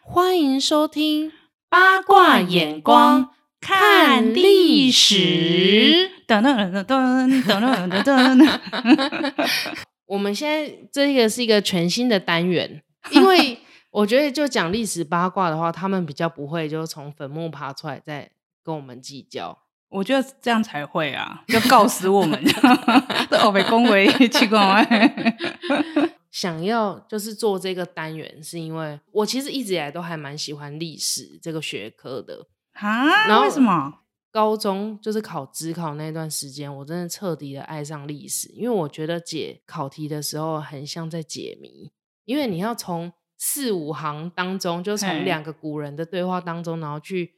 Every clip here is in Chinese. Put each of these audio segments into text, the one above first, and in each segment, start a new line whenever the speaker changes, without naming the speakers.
欢迎收听《
八卦眼光看历史。
噔噔噔噔噔噔 噔噔。我们现在这个是一个全新的单 元，因为我觉得就讲历史八卦的话，他们比较不会就从坟墓爬出来再跟我们计较。
我觉得这样才会啊，要告死我 们！哦，被恭维去恭 维。
想要就是做这个单元，是因为我其实一直以来都还蛮喜欢历史这个学科的。然
啊？
后
为什么？
高中就是考职考那段时间，我真的彻底的爱上历史，因为我觉得解考题的时候很像在解谜，因为你要从四五行当中，就
嘿
从两个古人的对话当中，然后去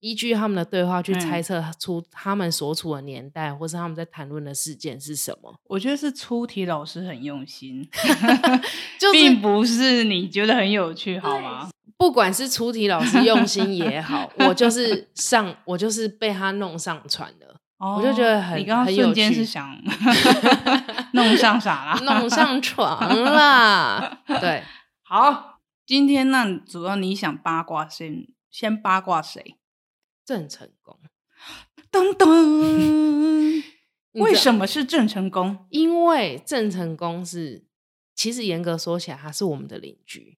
依据他们的对话去
嘿
猜测出他们所处的年代，或是他们在谈论的事件是什么。
我觉得是出题老师很用心，
就是
并不是你觉得很有趣，好吗？
不管是出题老师用心也好，我 就是上，我就是被他弄上船了，
哦
我就觉得很
你刚刚
很有
瞬间
趣
是想 弄上啥啦？
弄上床啦。对，
好，今天那主要你想八卦先先八卦谁？
郑成功。
噔噔，
你知
为
道
什么是郑成功？
因为郑成功是，其实严格说起来，他是我们的邻居，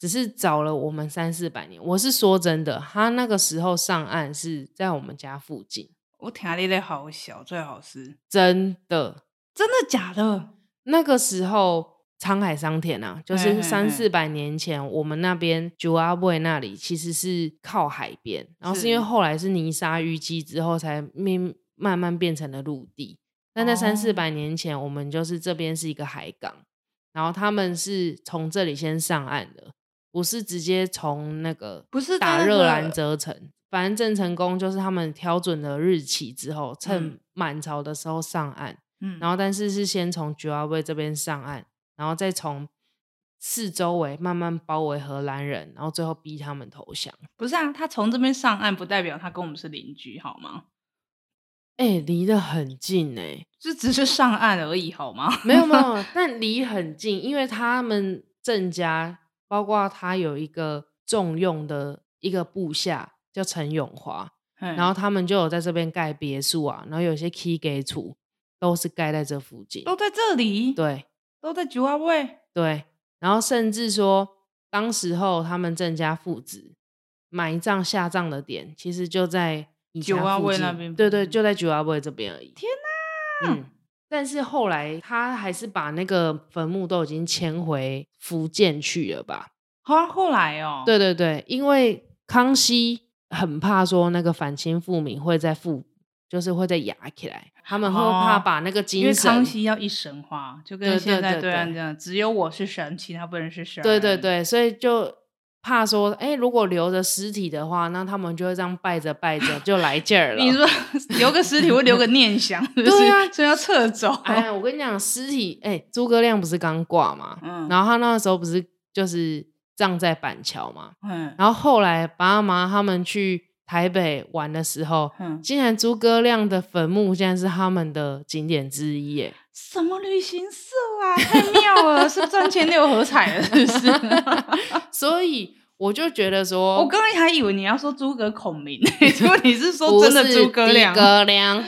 只是早了我们三四百年。我是说真的，他那个时候上岸是在我们家附近，
我听你的好小，最好是
真的。
真的假的？
那个时候沧海桑田啊，就
嘿嘿
是
嘿
三四百年前，我们那边九阿布那里其实是靠海边，然后是因为
是
后来是泥沙淤积之后，才慢慢慢变成了陆地。但在三四
哦
百年前，我们就是这边是一个海港，然后他们是从这里先上岸的，不是直接从那个
不是在
打
那
热
个
兰遮城。反正郑成功就是他们挑准了日期之后，趁
嗯
满潮的时候上岸，
嗯
然后但是是先从九阿卫这边上岸，然后再从四周围慢慢包围荷兰人，然后最后逼他们投降。
不是啊，他从这边上岸，不代表他跟我们是邻居，好吗？
哎、离得很近哎、
就只是上岸而已，好吗？
没有没有，但离很近，因为他们郑家，包括他有一个重用的一个部下叫陈永华，
然
然后他们就有在这边盖别墅啊，然后有些 key 给处都是盖在这附近。
都在这里，
对，
都在九阿位，
对，然后甚至说，当时候他们郑家父子埋葬下葬的点，其实就在你
九
家
阿
附
卫
近
那边
对对，
嗯
就在九阿卫这边而已。天
哪
嗯，但是后来他还是把那个坟墓都已经迁回福建去了吧？
好、啊，后来哦，
对对对，因为康熙很怕说那个反清复明会在复，就是会在压起来，他们会怕
哦
把那个
因为
精神。
康熙要一神化，就
对
跟
对
现在
对
对岸
对
这样，只有我是神，其他不能是神。
对对，对，所以就怕说，哎、如果留着尸体的话，那他们就会这样拜着拜着就来劲儿了。
你说留个尸体会留个念想，是不是
对啊
所以要撤走。
哎，我跟你讲，尸体，哎、诸葛亮不是刚挂嘛，
嗯，
然后他那个时候不是就是葬在板桥嘛，
嗯
然后后来爸妈他们去台北玩的时候，
嗯，
竟然诸葛亮的坟墓现在是他们的景点之一耶。
什么旅行社啊，太妙了，是赚钱六合彩了，是不 是？
所以我就觉得说，
我刚才还以为你要说诸葛 孔明，结果你是说真的
不是
诸葛亮
诸？葛 亮。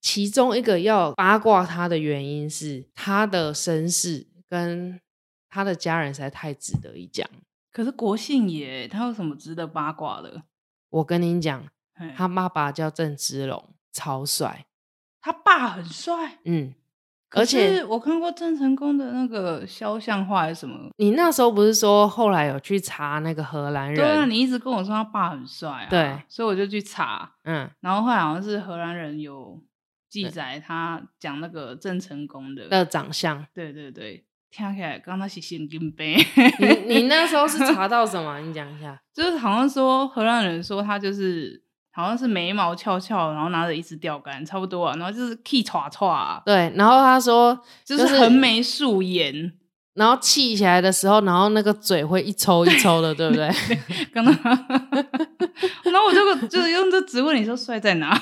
其中一个要八卦他的原因是他的身世跟他的家人实在太值得一讲。
可是国姓爷他有什么值得八卦的？
我跟你讲，
嘿
他爸爸叫郑芝龙，超帅，
他爸很帅，
嗯，
可
而且
是我看过郑成功的那个肖像画还是什么，
你那时候不是说后来有去查那个荷兰
对啊，
人？
你一直跟我说他爸很帅啊，
对，
所以我就去查，
嗯，
然后后来好像是荷兰人有记载他讲那个郑成功的，
的长相，
对对对，听起来刚刚是神经病，
你你那时候是查到什么？你讲一下。
就是好像说荷兰人说他就是。好像是眉毛翘翘，然后拿着一支钓竿，差不多啊，然后就是 key 歘歘啊，
对，然后他说，
就是
就是
横眉竖眼，
然后气起来的时候，然后那个嘴会一抽一抽的，对不对？
刚刚，然后我就就是用这直问你说帅在哪？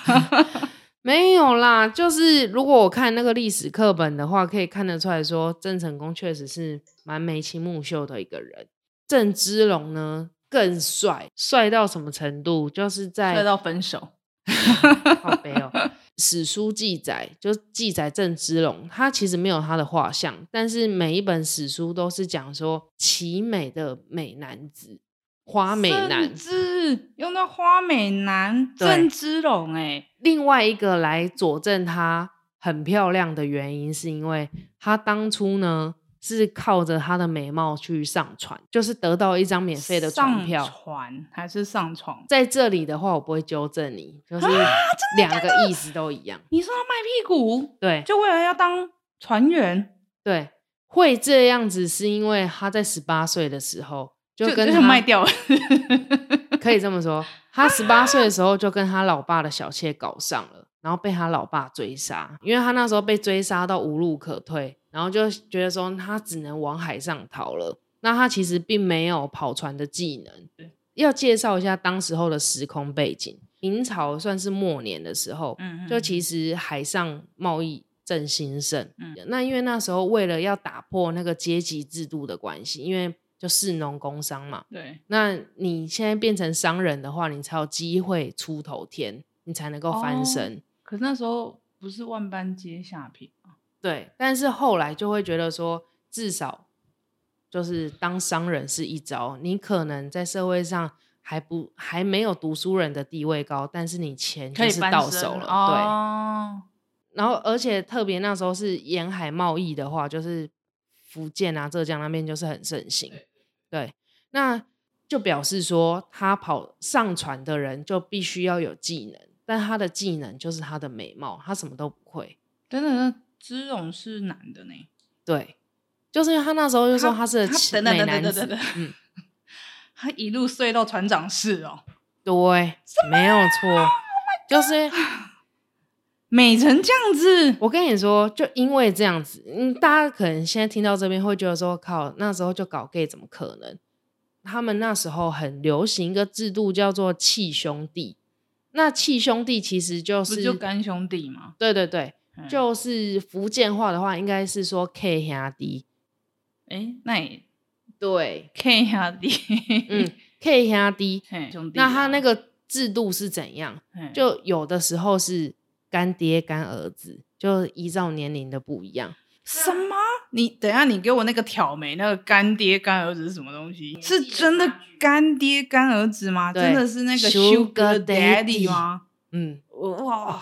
没有啦，就是如果我看那个历史课本的话，可以看得出来说，郑成功确实是蛮眉清目秀的一个人。郑芝龙呢更帅，帅到什么程度？就是
帅
在
到分手，
好悲哦。史书记载，就记载郑芝龙，他其实没有他的画像，但是每一本史书都是讲说奇美的美男子，花美男
甚。至用到花美男
对
郑芝龙哎、
另外一个来佐证她很漂亮的原因，是因为她当初呢是靠着她的美貌去上船，就是得到一张免费的船票。
上船还是上床？
在这里的话，我不会纠正你，就是
啊真的
两个意思都一样。
你说他卖屁股，
对
就为了要当船员，
对，会这样子是因为她在十八岁的时候就
就
跟
就
她
卖 掉了。嗯
可以这么说，他十八岁的时候就跟他老爸的小妾搞上了，然后被他老爸追杀，因为他那时候被追杀到无路可退，然后就觉得说他只能往海上逃了。那他其实并没有跑船的技能。要介绍一下当时候的时空背景，明朝算是末年的时候，
嗯
就
实
其实海上贸易正兴盛，
嗯
那因为那时候为了要打破那个阶级制度的关系，因为就士农工商嘛，
对
那你现在变成商人的话，你才有机会出头天，你才能够
哦
翻身。
可是那时候不是万般皆下品吗
对，但是后来就会觉得说，至少就是当商人是一招，你可能在社会上还不还没有读书人的地位高，但是你钱就
可以
是
翻
到
身
手了，对。
哦、
然后而且特别那时候是沿海贸易的话，就是福建啊、浙江那边就是很盛行。对，那就表示说他跑上船的人就必须要有技能，但他的技能就是他的美貌，他什么都不会。
等等，那芝龙是男的呢？
对，就是因为他那时候就说
他
是
他
奇
等等
美
等
男
等等
子
等，
嗯，
他一路睡到船长室哦，
对，没有
？Oh
错，就是
美成这样子，
我跟你说，就因为这样子，嗯，大家可能现在听到这边会觉得说，靠，那时候就搞 gay 怎么可能？他们那时候很流行一个制度叫做契兄弟，那契兄弟其实就
不
是
是就干兄弟吗？
对对对，
嗯
就是福建话的话，应该是说 K 兄弟，
哎，那也
对，
K 下弟，
嗯，K 兄弟。
嘿，兄弟啊，
那他那个制度是怎样？
嘿
就有的时候是干爹干儿子，就依照年龄的不一样。
什么？你等一下，你给我那个挑眉，那个干爹干儿子是什么东西？是真的干爹干儿子吗？
对
真的是那个
Sugar
Sugar
Daddy
Daddy 吗？
嗯
哇，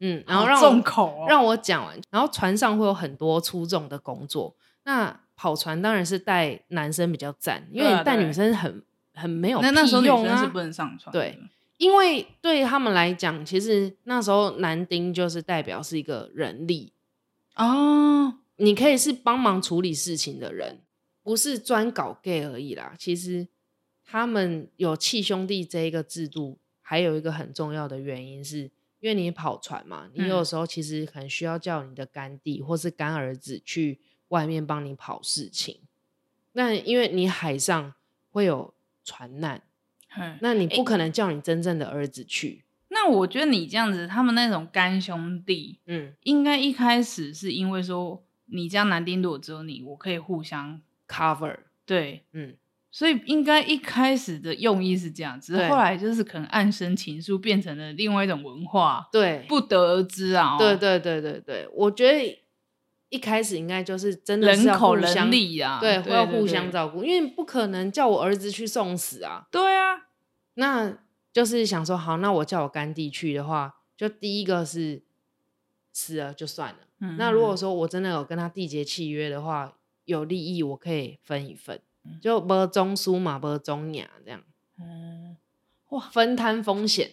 嗯，然后
好
让我
重口哦，
让我讲完。然后船上会有很多出众的工作，那跑船当然是带男生比较赞，因为
对啊
你带
对啊
女生很很没有
那那时候
屁
女
用
生是
啊
不。能上船的，
对因为对他们来讲，其实那时候男丁就是代表是一个人力，
哦，
你可以是帮忙处理事情的人，不是专搞 gay 而已啦。其实他们有契兄弟这一个制度，还有一个很重要的原因是，因为你跑船嘛，你有时候其实可能需要叫你的干弟或是干儿子去外面帮你跑事情。那因为你海上会有船难，
嘿
那你不可能叫你真正的儿子去。
那我觉得你这样子，他们那种干兄弟，
嗯，
应该一开始是因为说你这样男丁如果只有你，我可以互相
cover，
对，
嗯，
所以应该一开始的用意是这样，只是
对
后来就是可能暗生情愫，变成了另外一种文化，
对，
不得而知啊、哦。
对，对对对对，我觉得一开始应该就是真的是
人
要
口
互相
人力啊，
对，
对
要互相。
对
照顾，因为不可能叫我儿子去送死啊。
对啊，
那就是想说，好，那我叫我干弟去的话，就第一个是死了就算了。
嗯
那如果说我真的有跟他缔结契约的话，有利益我可以分一份，就不中枢嘛，不中雅这样
嗯，
分摊风险。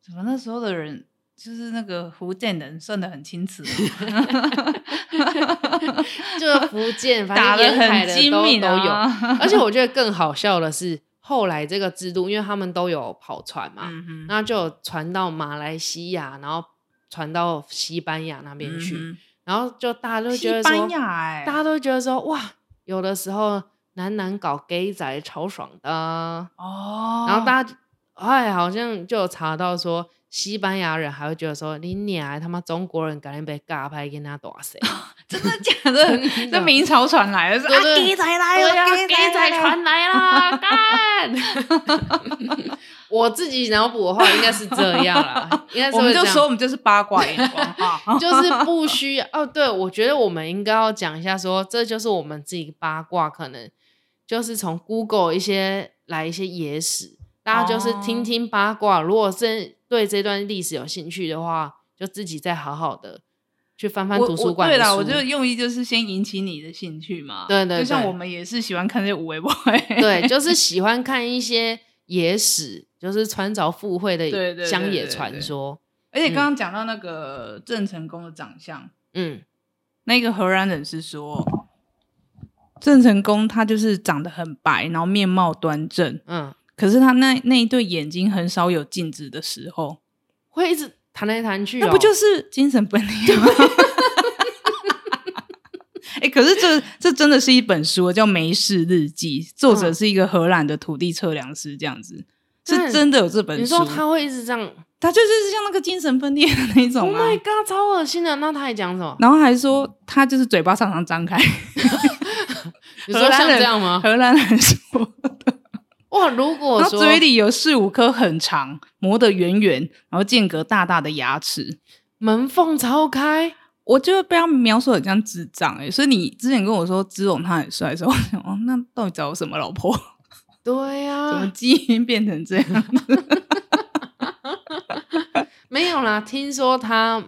怎么那时候的人就是那个福建人算的很 清楚、啊，
就福 建，反正
打
沿海
很
的
精
都
明、
都有。
啊、
而且我觉得更好笑的是，后来这个制度，因为他们都有跑船嘛，
嗯哼，
那就有传到马来西亚，然后传到西班牙那边去，
嗯
然后就大家
哼
都觉
西
得说，
班牙哎、
大家都觉得说，哇，有的时候男男搞 gay 仔超爽的啊，
哦，
然后大家哎，好像就有查到说，西班牙人还会觉得说你娘的他妈中国人赶紧被尬拍跟他打死。
真的假 的？
真的
这明朝传来的，是
对
啊，
对
鸡仔来
对呀，
了，
哎给
鸡仔
仔
来了。
传来 啦，干！我自己脑补的话应该是这样 啦，应该是
我
会
们
这
就说我
样。，
们就是八卦眼光啊
就是不需 要哦，对，我觉得我们应该要讲一下说这就是我们自己八卦，可能就是从 Google 一些来一些野史，大家就是听听八卦。如果真对这段历史有兴趣的话，就自己再好好的去翻翻
我
图书
我
馆
对
的
啦，
书。
我觉得用意就是先引起你的兴趣嘛。
对对
就像
对
我们也是喜欢看这些无为 boy。
对，就是喜欢看一些野史，就是穿凿附会
对对
的
对
乡野
对
传
对
说。
而且刚刚讲到那个郑成功的长相，
嗯，
那个荷兰人是说，郑成功他就是长得很白，然后面貌端正，
嗯，
可是他那那一对眼睛很少有静止的时候，
会一直弹来弹去、哦，
那不就是精神分裂吗？ 哎、可是这这真的是一本书，哦叫《梅氏日记》，作者
嗯
是一个荷兰的土地测量师，这样子
对
是真的有这本书。
你说他会一直这样
他就是像那个精神分裂的那一
？Oh
种、啊
my god，超恶心的。那他还讲什么？
然后还说他就是嘴巴常常张开，
你说像这样吗？
荷兰人说，
哇，如果
然后
说
嘴里有四五颗很长、磨得圆圆，然后间隔大大的牙齿，
门缝超开，
我就会被他们描述得很像智障哎、欸，所以你之前跟我说姿荣他很帅的时候，我想哦，那到底找我什么老婆？
对啊呀、
怎么基因变成这样？
没有啦，听说他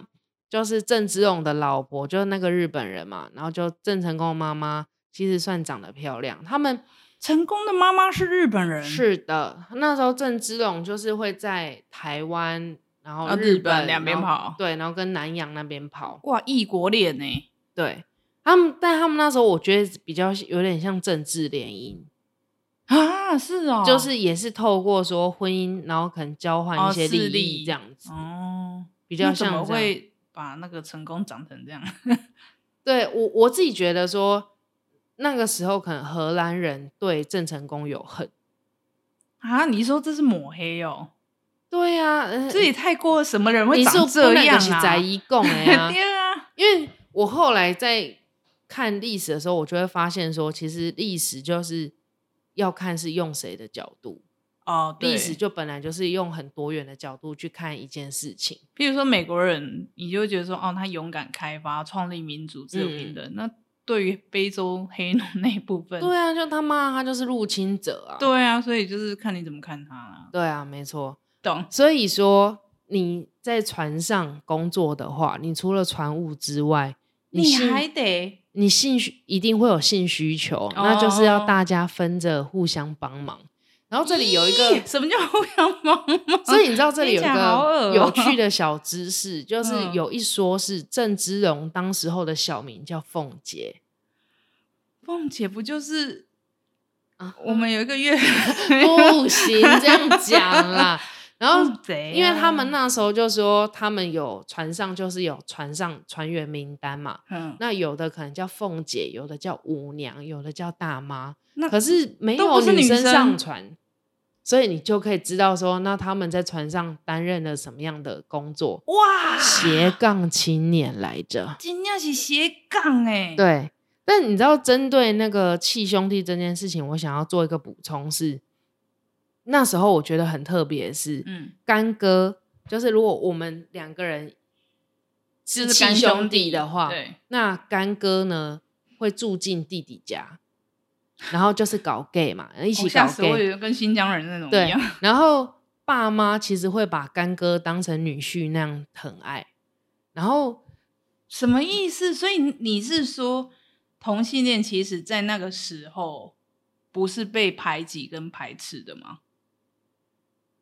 就是郑芝龙的老婆，就是那个日本人嘛，然后就郑成功的妈妈其实算长得漂亮，他们。
成功的妈妈是日本人，
是的，那时候郑芝龙就是会在台湾，然后
啊
日
日本两边
然后
跑
对，然后跟南洋那边跑，
哇，异国恋哎、
对他们，但他们那时候我觉得比较有点像政治联姻，
啊，是哦，
就是也是透过说婚姻，然后可能交换
哦
一些
势
利益
力
这样子，
哦，
比
比
较
怎么
像这样。
会把那个成功长成这样？
对我我自己觉得说，那个时候可能荷兰人对郑成功有恨，
啊，你说这是抹黑哦？
对呀、啊，
这也太过，什呃么人会
你是
长这样
是
啊
在？一共哎呀。
对啊，
因为我后来在看历史的时候，我就会发现说，其实历史就是要看是用谁的角度，
哦，对
历史就本来就是用很多元的角度去看一件事情。
譬如说美国人，你就会觉得说，哦，他勇敢开发、创立民主、自由
嗯
平等。那对于非洲黑奴那一部分，
对啊，就他妈他就是入侵者啊！
对啊，所以就是看你怎么看他啦、
对啊，没错。
懂？
所以说你在船上工作的话，你除了船务之外，
你
性
还得
你性需一定会有性需求，那就是
哦
要大家分着互相帮忙。然后这里有一个
咦什么叫互相帮 忙？
所以你知道这里有一
听起来好
个
恶哦
有趣的小知识，就是
嗯
有一说是郑芝龙当时候的小名叫凤姐
凤姐不就是
啊，哦
我们有一个月
不行这样讲啦。然后，
贼啊，
因为他们那时候就说他们有船上就是有船上船员名单嘛，
嗯，
那有的可能叫凤姐，有的叫舞娘，有的叫大妈，
那
可是没
都
有
不是女
生
生
上船。所以你就可以知道说，那他们在船上担任了什么样的工作？
哇，
斜杠青年来着。
今天是斜杠哎，，
对，但你知道针对那个气兄弟这件事情，我想要做一个补充是，那时候我觉得很特别的是，
嗯，
干哥就是如果我们两个人
就是是
亲
干
兄
兄
弟的话，
对，
那干哥呢会住进弟弟家，然后就是搞 gay 嘛，一
一
起搞
哦吓死我，以
gay，、
为跟新疆人那种一
对
样，，
然后爸妈其实会把干哥当成女婿那样疼爱，然后。
什么意思？所以你是说同性恋其实在那个时候不是被排挤跟排斥的吗？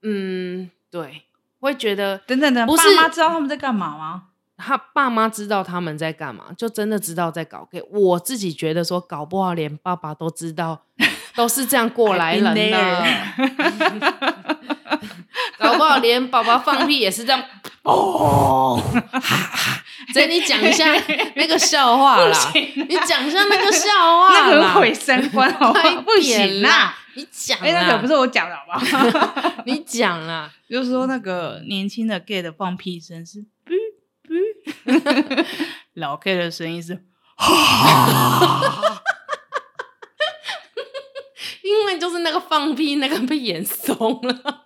嗯，对，会觉得
等等等，
不
爸妈
是
知道他们在干嘛吗？
他爸妈知道他们在干嘛，就真的知道在搞 gay。我自己觉得说，搞不好连爸爸都知 道，都是这样过来人
I've been
的。 搞不好连宝宝放屁也是这样。哦，所以你讲一下那个笑话 啦，
不 行，
你讲一下那个笑话啦，
那个很毁三观，好不好
快
不
点
行
啦
啦，
你讲啦，
哎，那可不是我讲的，好不好？
你讲啦，
就是说那个年轻的 gay 的放屁声是哔哔， 老 gay 的声音是
因为就是那个放屁那个被演松了。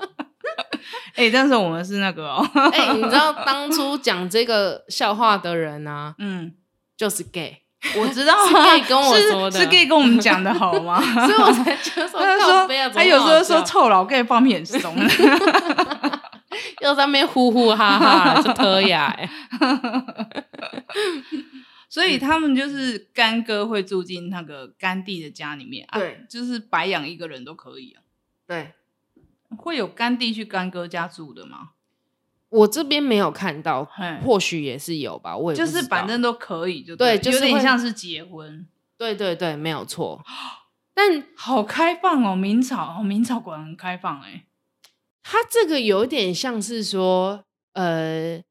哎，但是我们是那个哦，
哎、你知道当初讲这个笑话的人啊，
嗯，
就是 gay，
我知道
是 gay 跟我
是
说的
是 gay 跟我们讲的好 吗？
所以我才觉得说，
他
靠
说
背啊，怎么
他有时
那么
候
好
说
笑
臭老 gay 放屁 很松，
又在那边呼呼哈哈，就特雅、 欸。
所以他们就是干哥会住进那个干弟的家里面，啊
对，
就是白养一个人都可以啊。
对
会有干弟去干哥家住的吗？
我这边没有看到，
嘿，
或许也是有吧，我也
就
不知
是
道
反正都可以就
对就
对，
是
有点
会
像是结婚，
对对对，没有错。
哦
但
好开放哦，明朝哦，明朝果然很开放哎、
他这个有点像是说，呃，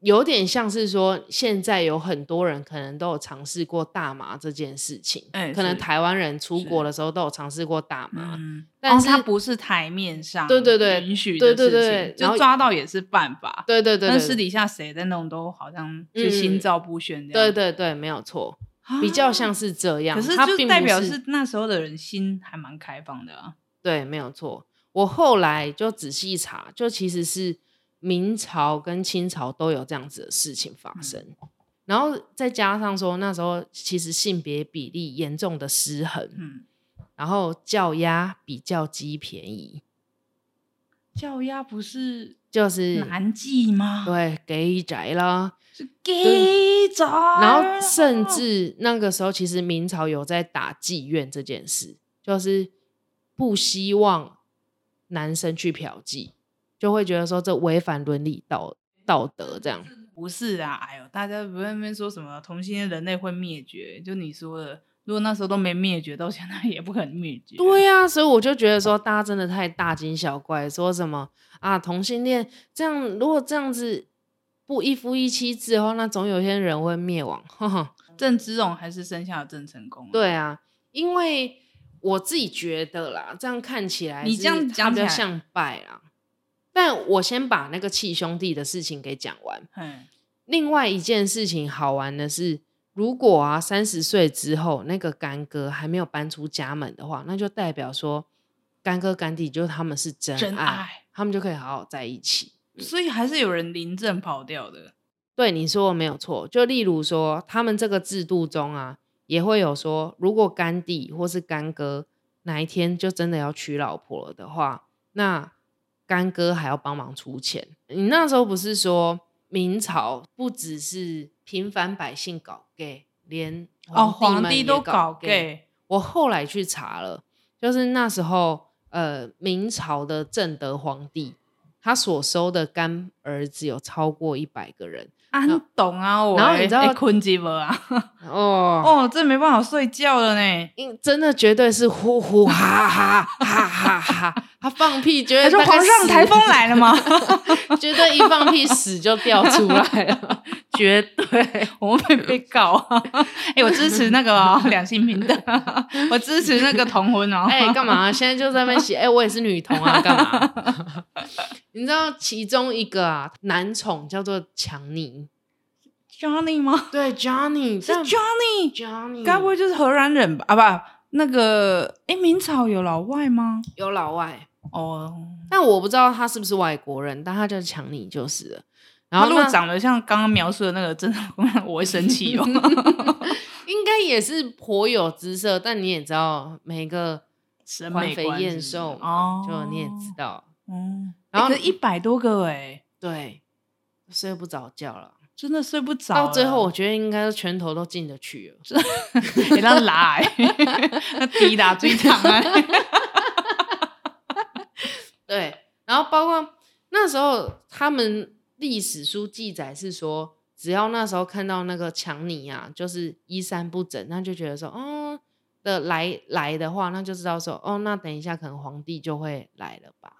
有点像是说，现在有很多人可能都有尝试过大麻这件事情，
哎
可能
是
台湾人出
是
国的时候都有尝试过大麻，
嗯，
但
但
是
是、它不是台面上
对对对
允许的事情，
对对对然后
就抓到也是犯法，
对对对
但私
对，
底下谁在弄都好像
嗯
就心照不宣这
对
样，
对对，没有错，
啊
比较像是这样，
可是
它
就
并
代
不
表
是
是那时候的人心还蛮开放的啊。
对，没有错。我后来就仔细查，就其实是明朝跟清朝都有这样子的事情发
嗯
生，然后再加上说那时候其实性别比例严重的失衡，
嗯，
然后叫鸭比叫鸡便宜，
叫鸭不是
就是
男妓吗？，
对给宅啦，
是 gay 仔。
然后
啊
甚至那个时候其实明朝有在打妓院这件事，就是不希望男生去嫖妓，就会觉得说这违反伦理道道德这样。
不是啊，哎呦，大家不是在那边说什么同性恋人类会灭绝，就你说的，如果那时候都没灭绝，到现在也不可能灭绝。
对啊呀、所以我就觉得说，大家真的太大惊小怪，说什么啊同性恋这样，如果这样子不一夫一妻制的话，那总有一些人会灭亡。 哼哼。
郑芝龙还是生下了郑成功、啊。，
对啊，因为我自己觉得啦，这样看起来
你
是
这样
他
讲
比
起
较
来
像拜啦。但我先把那个气兄弟的事情给讲完。
嗯，
另外一件事情好玩的是，如果啊三十岁之后那个干哥还没有搬出家门的话，那就代表说干哥干弟就是他们是真爱，
真爱。
他们就可以好好在一起。
所以还是有人临阵跑掉的。
对你说的没有错，就例如说，他们这个制度中啊，也会有说，如果干弟或是干哥哪一天就真的要娶老婆了的话，那干哥还要帮忙出钱。你那时候不是说明朝不只是平凡百姓搞 gay，连
哦，
皇
皇
帝
帝
们
都
也搞
搞 gay，
我后来去查了，就是那时候呃明朝的正德皇帝，他所收的干儿子有超过一百个人。
啊，你懂啊我欸。
然后你知道
欸困鸡巴啊？
哦，
哦，这没办法睡觉了呢。
因真的绝对是呼呼哈哈哈哈哈，他放屁 绝对
他说
大概
皇上
死
台风，来了吗？
绝对一放屁屎就掉出来了，
绝对， 我们会被告啊！哎、我支持那个哦 两性平等，我支持那个同婚哦。
哎、干嘛？现在就在那边写，哎、我也是女同啊，干嘛？ 你知道其中一个啊，男宠叫做强尼，
Johnny 吗？
对 Johnny
是
但
Johnny，
Johnny，
该不会就是荷兰人吧？啊，不，那个哎，明朝有老外吗？
有老外？
哦，
但我不知道他是不是外国人，但他叫强尼就是了。然
他
后
如果
那
长得像刚刚描述的那个真的，我会生气 哦。
应该也是颇有姿色，但你也知道每个
审
环
美
肥
观
燕
是不是
瘦嘛
哦，
就你也知道，
嗯，
然
然
后
后一百多个哎，
对，睡不着觉了。
真的睡不着了。
到最后，我觉得应该是拳头都进得去了。
也让拉 欸，那滴答最长啊。
对，然后包括那时候他们历史书记载是说，只要那时候看到那个强尼啊，就是衣衫不整，那就觉得说，哦的来来的话，那就知道说，哦，那等一下可能皇帝就会来了吧。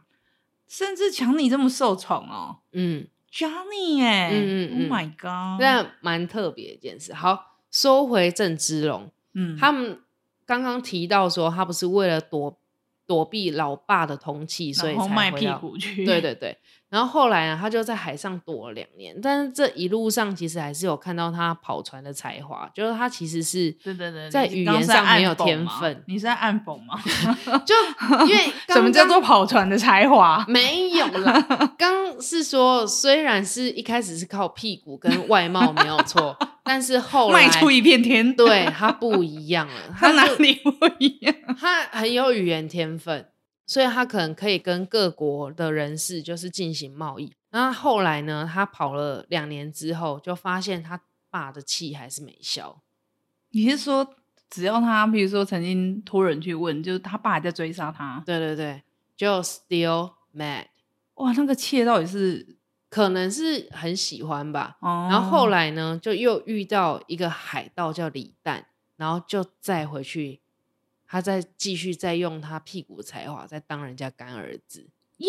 甚至强尼这么受宠哦
嗯，
，Johnny 哎、
嗯嗯嗯
o h my god，
那蛮特别的一件事。好，收回郑芝龙，
嗯，
他们刚刚提到说，他不是为了躲躲避老爸的通气，所以
然
才
后卖
回
屁
到
股去，
对 对对，然后后来呢，他就在海上躲了两年，但是这一路上其实还是有看到他跑船的才华，就是他其实是
对对对，
在
你
语
刚
言
是在
上没
暗
有
讽
天
吗
分，
你是在暗讽 吗？
就因为
什么
刚
叫
刚
做跑船的 才华？
没有啦，刚是说虽然是一开始是靠屁股跟外貌没有错， 但是后来
卖出一片天，
对他不一样了，
他哪
就
里不一样？
他很有语言天分，所以他可能可以跟各国的人士就是进行贸易。那后来呢，他跑了两年之后，就发现他爸的气还是没消。
你是说只要他，比如说曾经托人去问，就是他爸还在追杀他，
对对对，就 still mad，
哇，那个妾到底是
可能是很喜欢吧。
哦，
然后后来呢，就又遇到一个海盗叫李旦，然后就再回去，他再继续再用他屁股才华再当人家干儿子。
哟，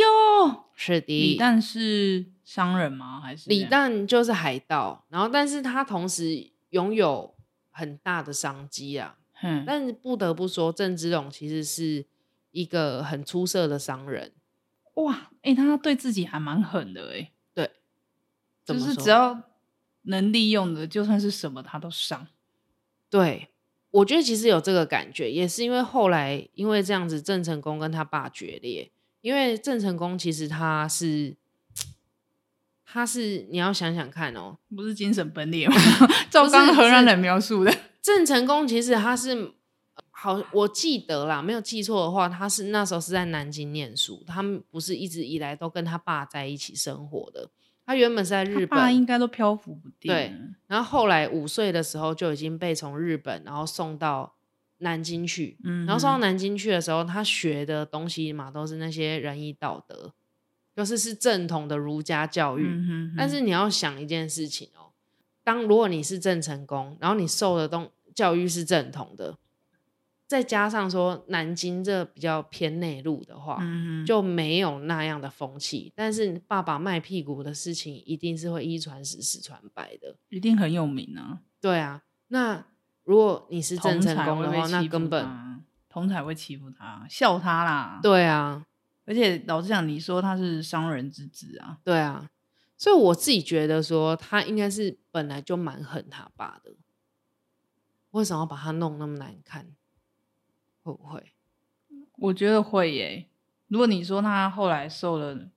是的，
李诞是商人吗？还是
李？诞就是海盗，然后但是他同时拥有很大的商机啊。
嗯，
但是不得不说，郑芝龙其实是一个很出色的商人。
哇，哎、他对自己还蛮狠的、欸，
怎
就
么
是
说
只要能利用的，就算是什么他都上。
对，我觉得其实有这个感觉，也是因为后来因为这样子，郑成功跟他爸决裂。因为郑成功其实他是，他是你要想想看哦，
不是精神 分 裂吗？照刚刚荷兰人描述的，
郑成功其实他是好，我记得啦，没有记错的话，他是那时候是在南京念书，他们不是一直以来都跟他爸在一起生活的。他原本是在日
他爸应
本，
该都漂浮不定。
对，然后后来五岁的时候就已经被从日本然后送到南京去。
嗯，
然后送到南京去的时候，他学的东西嘛都是那些仁义道德，就是是正统的儒家教育。
嗯哼哼
但是你要想一件事情哦，当如果你是郑成功，然后你受的东教育是正统的，再加上说南京这比较偏内陆的话，
嗯哼
就没有那样的风气。但是爸爸卖屁股的事情，一定是会一传十，十传百的。
一定很有名啊。
对啊，那如果你是郑
同
成
才
功
会
的
被
话，那
欺负
根本
他同才会欺负他，笑他啦。，
对啊，
而且老实讲，你说他是商人之子啊，
对啊。所以我自己觉得说，他应该是本来就蛮恨他爸的，为什么要把他弄那么难看？会不会？
我觉得会耶、如果你说他后来受了，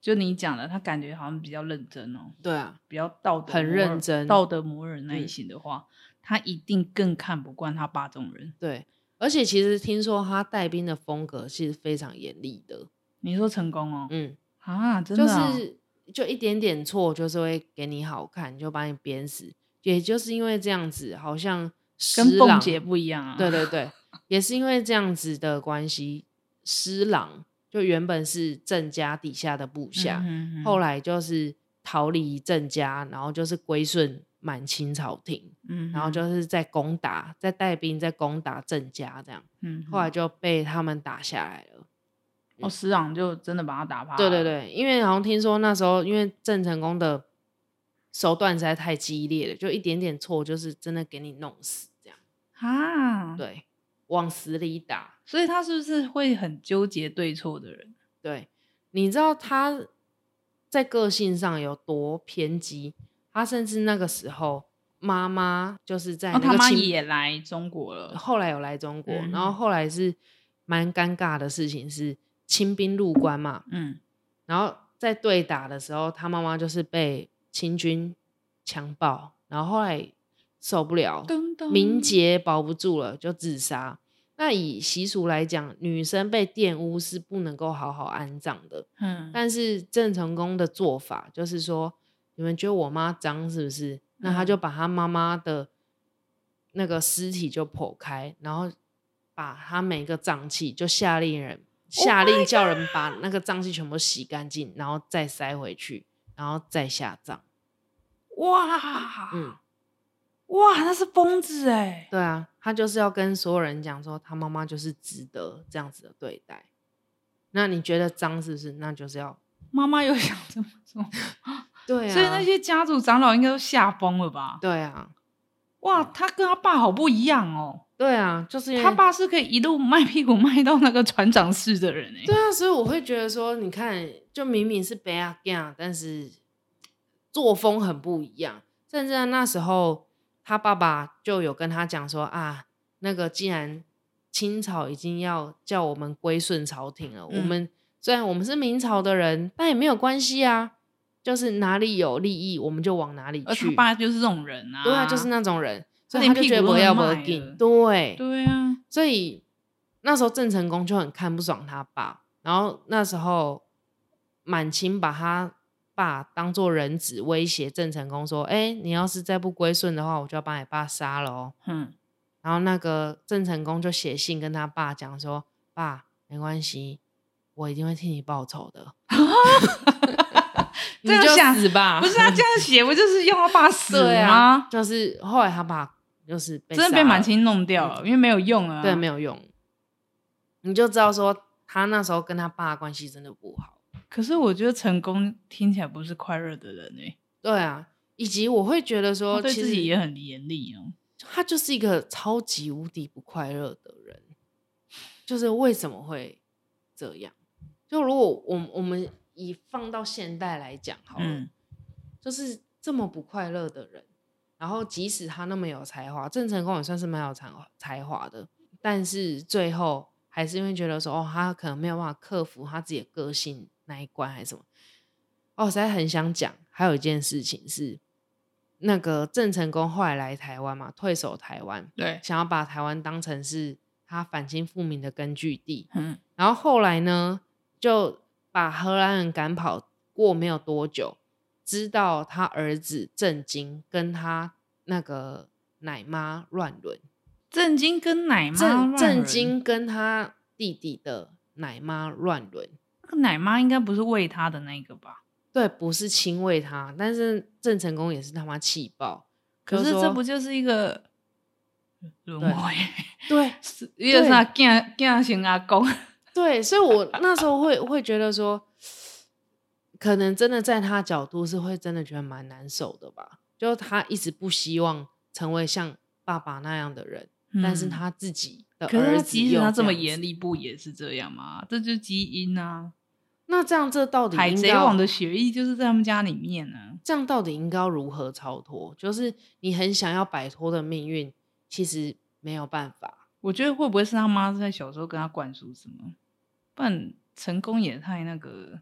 就你讲的，他感觉好像比较认真哦，
对啊，
比较道德
很
磨
认
耳
真
道德磨人那一
嗯
型的话，他一定更看不惯他爸这种人。
对。而且其实听说他带兵的风格是非常严厉的，
你说成功哦，
嗯，
啊，真
就
的啊、
是就一点点错，就是会给你好看，就把你鞭死。也就是因为这样子，好像
跟
施
凤
琅
姐不一样啊。
对对对，也是因为这样子的关系，施琅就原本是郑家底下的部下，
嗯哼哼
后来就是逃离郑家，然后就是归顺满清朝廷，
嗯哼，
然后就是在攻打，在带兵在攻打郑家，这样
嗯哼，
后来就被他们打下来了。
哦，师长就真的把他打趴。
对对，对，因为好像听说那时候，因为郑成功的手段实在太激烈了，就一点点错就是真的给你弄死，这样
啊，
对，往死里打。
所以他是不是会很纠结对错的人？
对，你知道他在个性上有多偏激？他甚至那个时候，妈妈就是在
然后
哎那
哦他
个
妈
清
也来中国了，
后来有来中国，
嗯
然后后来是蛮尴尬的事情是清兵入关嘛，
嗯，
然后在对打的时候，他妈妈就是被清军强暴，然后后来受不了，
噔噔
名节保不住了就自杀。那以习俗来讲，女生被玷污是不能够好好安葬的。
嗯，
但是郑成功的做法就是说，你们觉得我妈脏是不是？那他就把他妈妈的那个尸体就剖开，然后把他每个脏器就下令人下令叫人把那个脏器全部洗干净，然后再塞回去，然后再下葬。
哇，
嗯，
哇，他是疯子哎、
对啊，他就是要跟所有人讲说，他妈妈就是值得这样子的对待。那你觉得脏是不是？那就是要
妈妈又想这么做，
对啊，
所以那些家族长老应该都吓疯了吧？
对啊，
哇，他跟他爸好不一样哦，
对啊，就是因为
他爸是可以一路卖屁股卖到那个船长室的人哎、
对啊，所以我会觉得说，你看，就明明是北亚 g a n 但是作风很不一样。甚至在那时候，他爸爸就有跟他讲说啊，那个既然清朝已经要叫我们归顺朝廷了，我
嗯
们虽然我们是明朝的人，但也没有关系啊，就是哪里有利益，我们就往哪里
而他
去。
爸就是这种人啊，
对啊，就是那种人，所以
连
他就
屁
觉得
股
不
都
要
能
不
卖
紧
了。
对
对啊，
所以那时候郑成功就很看不爽他爸，然后那时候满清把他爸当做人质，威胁郑成功说：“哎、你要是再不归顺的话，我就要把你爸杀了哦。
嗯，”
然后那个郑成功就写信跟他爸讲说：“爸，没关系，我一定会替你报仇的。 你
这样
就
想
死吧，
不是啊他这样写，不就是要他爸死
啊 对啊
吗？，
就是后来他爸就是被
真的
杀
被满
了嗯
清弄掉了，因为没有用啊。
对，没有用，你就知道说他那时候跟他爸的关系真的不好。
可是我觉得成功听起来不是快乐的人哎、欸，
对啊，以及我会觉得
他
说，
哦对
其
自
实
己也很严厉哦。
他就是一个超级无敌不快乐的人，就是为什么会这样？就如果我我们以放到现代来讲好了，
嗯
就是这么不快乐的人，然后即使他那么有才华，郑成功也算是蛮有才华才华的，但是最后还是因为觉得说，哦，他可能没有办法克服他自己的个性那一关，还是什么。哦，实在很想讲，还有一件事情是，那个郑成功后来来台湾嘛，退守台湾，
对，
想要把台湾当成是他反清复明的根据地，
嗯
然后后来呢，就把荷兰人赶跑。过没有多久，知道他儿子郑经跟他那个奶妈乱伦，
震惊跟奶妈
郑
乱
郑
伦
经跟他弟弟的奶妈乱伦。
那个奶妈应该不是喂他的那个吧？
对，不是亲喂他，但是郑成功也是他妈气爆。
可
就是说
这不就是一个轮
对
回？
对
是一个啥囝囝先阿公？
对，所以我那时候会会觉得说，可能真的在他角度是会真的觉得蛮难受的吧。就他一直不希望成为像爸爸那样的人，但是
嗯，
他自己的
可是
儿
他
子
即使
又
他
这
这么
样子
严，厉，不也是这样吗？这就是基因啊！
那这样这到底
海
应
贼
该要
王的血液就是在他们家里面啊呢、
这样到底应该要如何超脱？就是你很想要摆脱的命运，其实没有办法。
我觉得会不会是他妈在小时候跟他灌输什么？不然成功也太那个，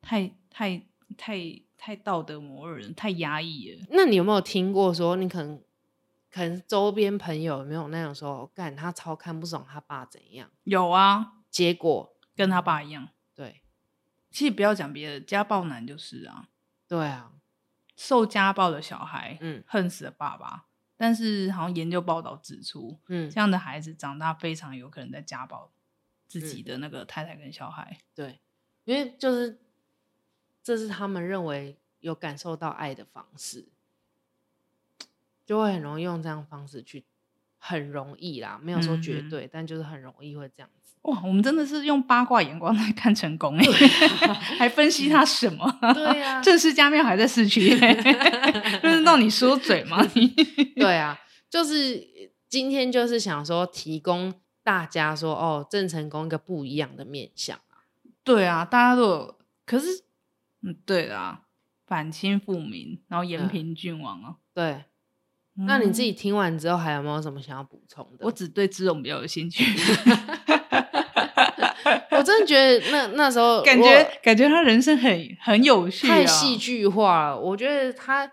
太太太太道德魔人，太压抑了。
那你有没有听过说，你可能可能周边朋友有没有那种说，哦干他超看不爽他爸怎样？
有啊，
结果
跟他爸一样。
对
其实不要讲别的，家暴男就是啊，
对啊，
受家暴的小孩，
嗯
恨死了爸爸。但是好像研究报道指出，
嗯
这，样的孩子长大非常有可能在家暴自
嗯
己的那个太太跟小孩。
对，因为就是这是他们认为有感受到爱的方式，就会很容易用这样的方式去，很容易啦，没有说绝
嗯哼
对，但就是很容易会这样子。
哇，我们真的是用八卦眼光 来看成功哎、欸， 还分析
嗯
他什么？
对啊
正式家庙还在市区、 欸，轮得到你说嘴吗？ 你
对啊，就是今天就是想说提供大家说哦，郑成功一个不一样的面相啊。
对啊，大家都有，可是嗯，对啦，反清复明，然后延
嗯
平郡王啊。
对，那你自
嗯
己听完之后还有没有什么想要补充的？
我只对芝龙比较有 兴趣，
我真的觉得那那时候
感
如
觉
果
感觉他人生很很有趣、啊，
太戏剧化了。我觉得他，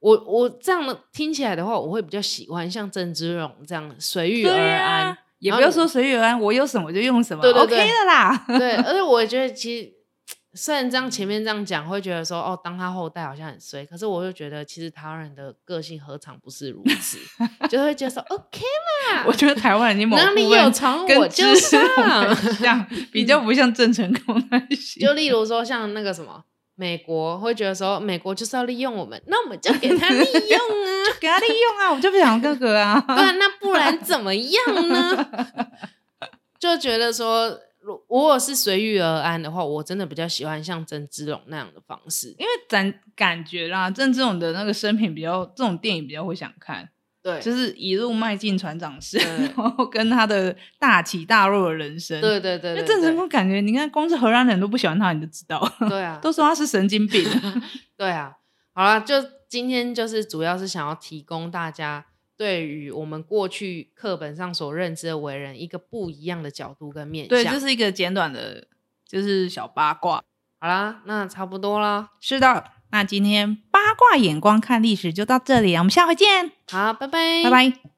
我我这样的听起来的话，我会比较喜欢像郑芝龙这样随遇而
对啊
安。
也
然后
不要
你
说随遇而安，我有什么就用什么
对对对
o k 的啦。
对，而且我也觉得其实。虽然这样前面这样讲，会觉得说哦，当他后代好像很衰，可是我就觉得其实台湾人的个性何尝不是如 此，就会觉得说 OK 啦，
我觉得台湾已经某
哪里
部分
有藏我
跟
就
知识
上
很像，比较不像郑成功那些。
就例如说像那个什么美国，会觉得说美国就是要利用我们，那我们就给他利用啊，
给他利用啊，我就不想哥哥啊。
对啊，那不然怎么样呢？就觉得说，如如果是随遇而安的话，我真的比较喜欢像郑芝龙那样的方式。
因为咱感觉啦，郑这种的那个生平比较，这种电影比较会想看。
对，
就是一路迈进船长室，
对
然后跟他的大起大落的人生。
对对对
那
对，
郑成
对
功感觉，你看，光是荷兰人都不喜欢他，你就知道，
对啊，
都说他是神经病。
对啊，好了，就今天就是主要是想要提供大家对于我们过去课本上所认知的为人一个不一样的角度跟面
对，
向。
就是一个简短的，就是小八卦。
好啦，那差不多啦，
是的，那今天八卦眼光看历史就到这里了，我们下回见，
好，拜拜，
拜拜。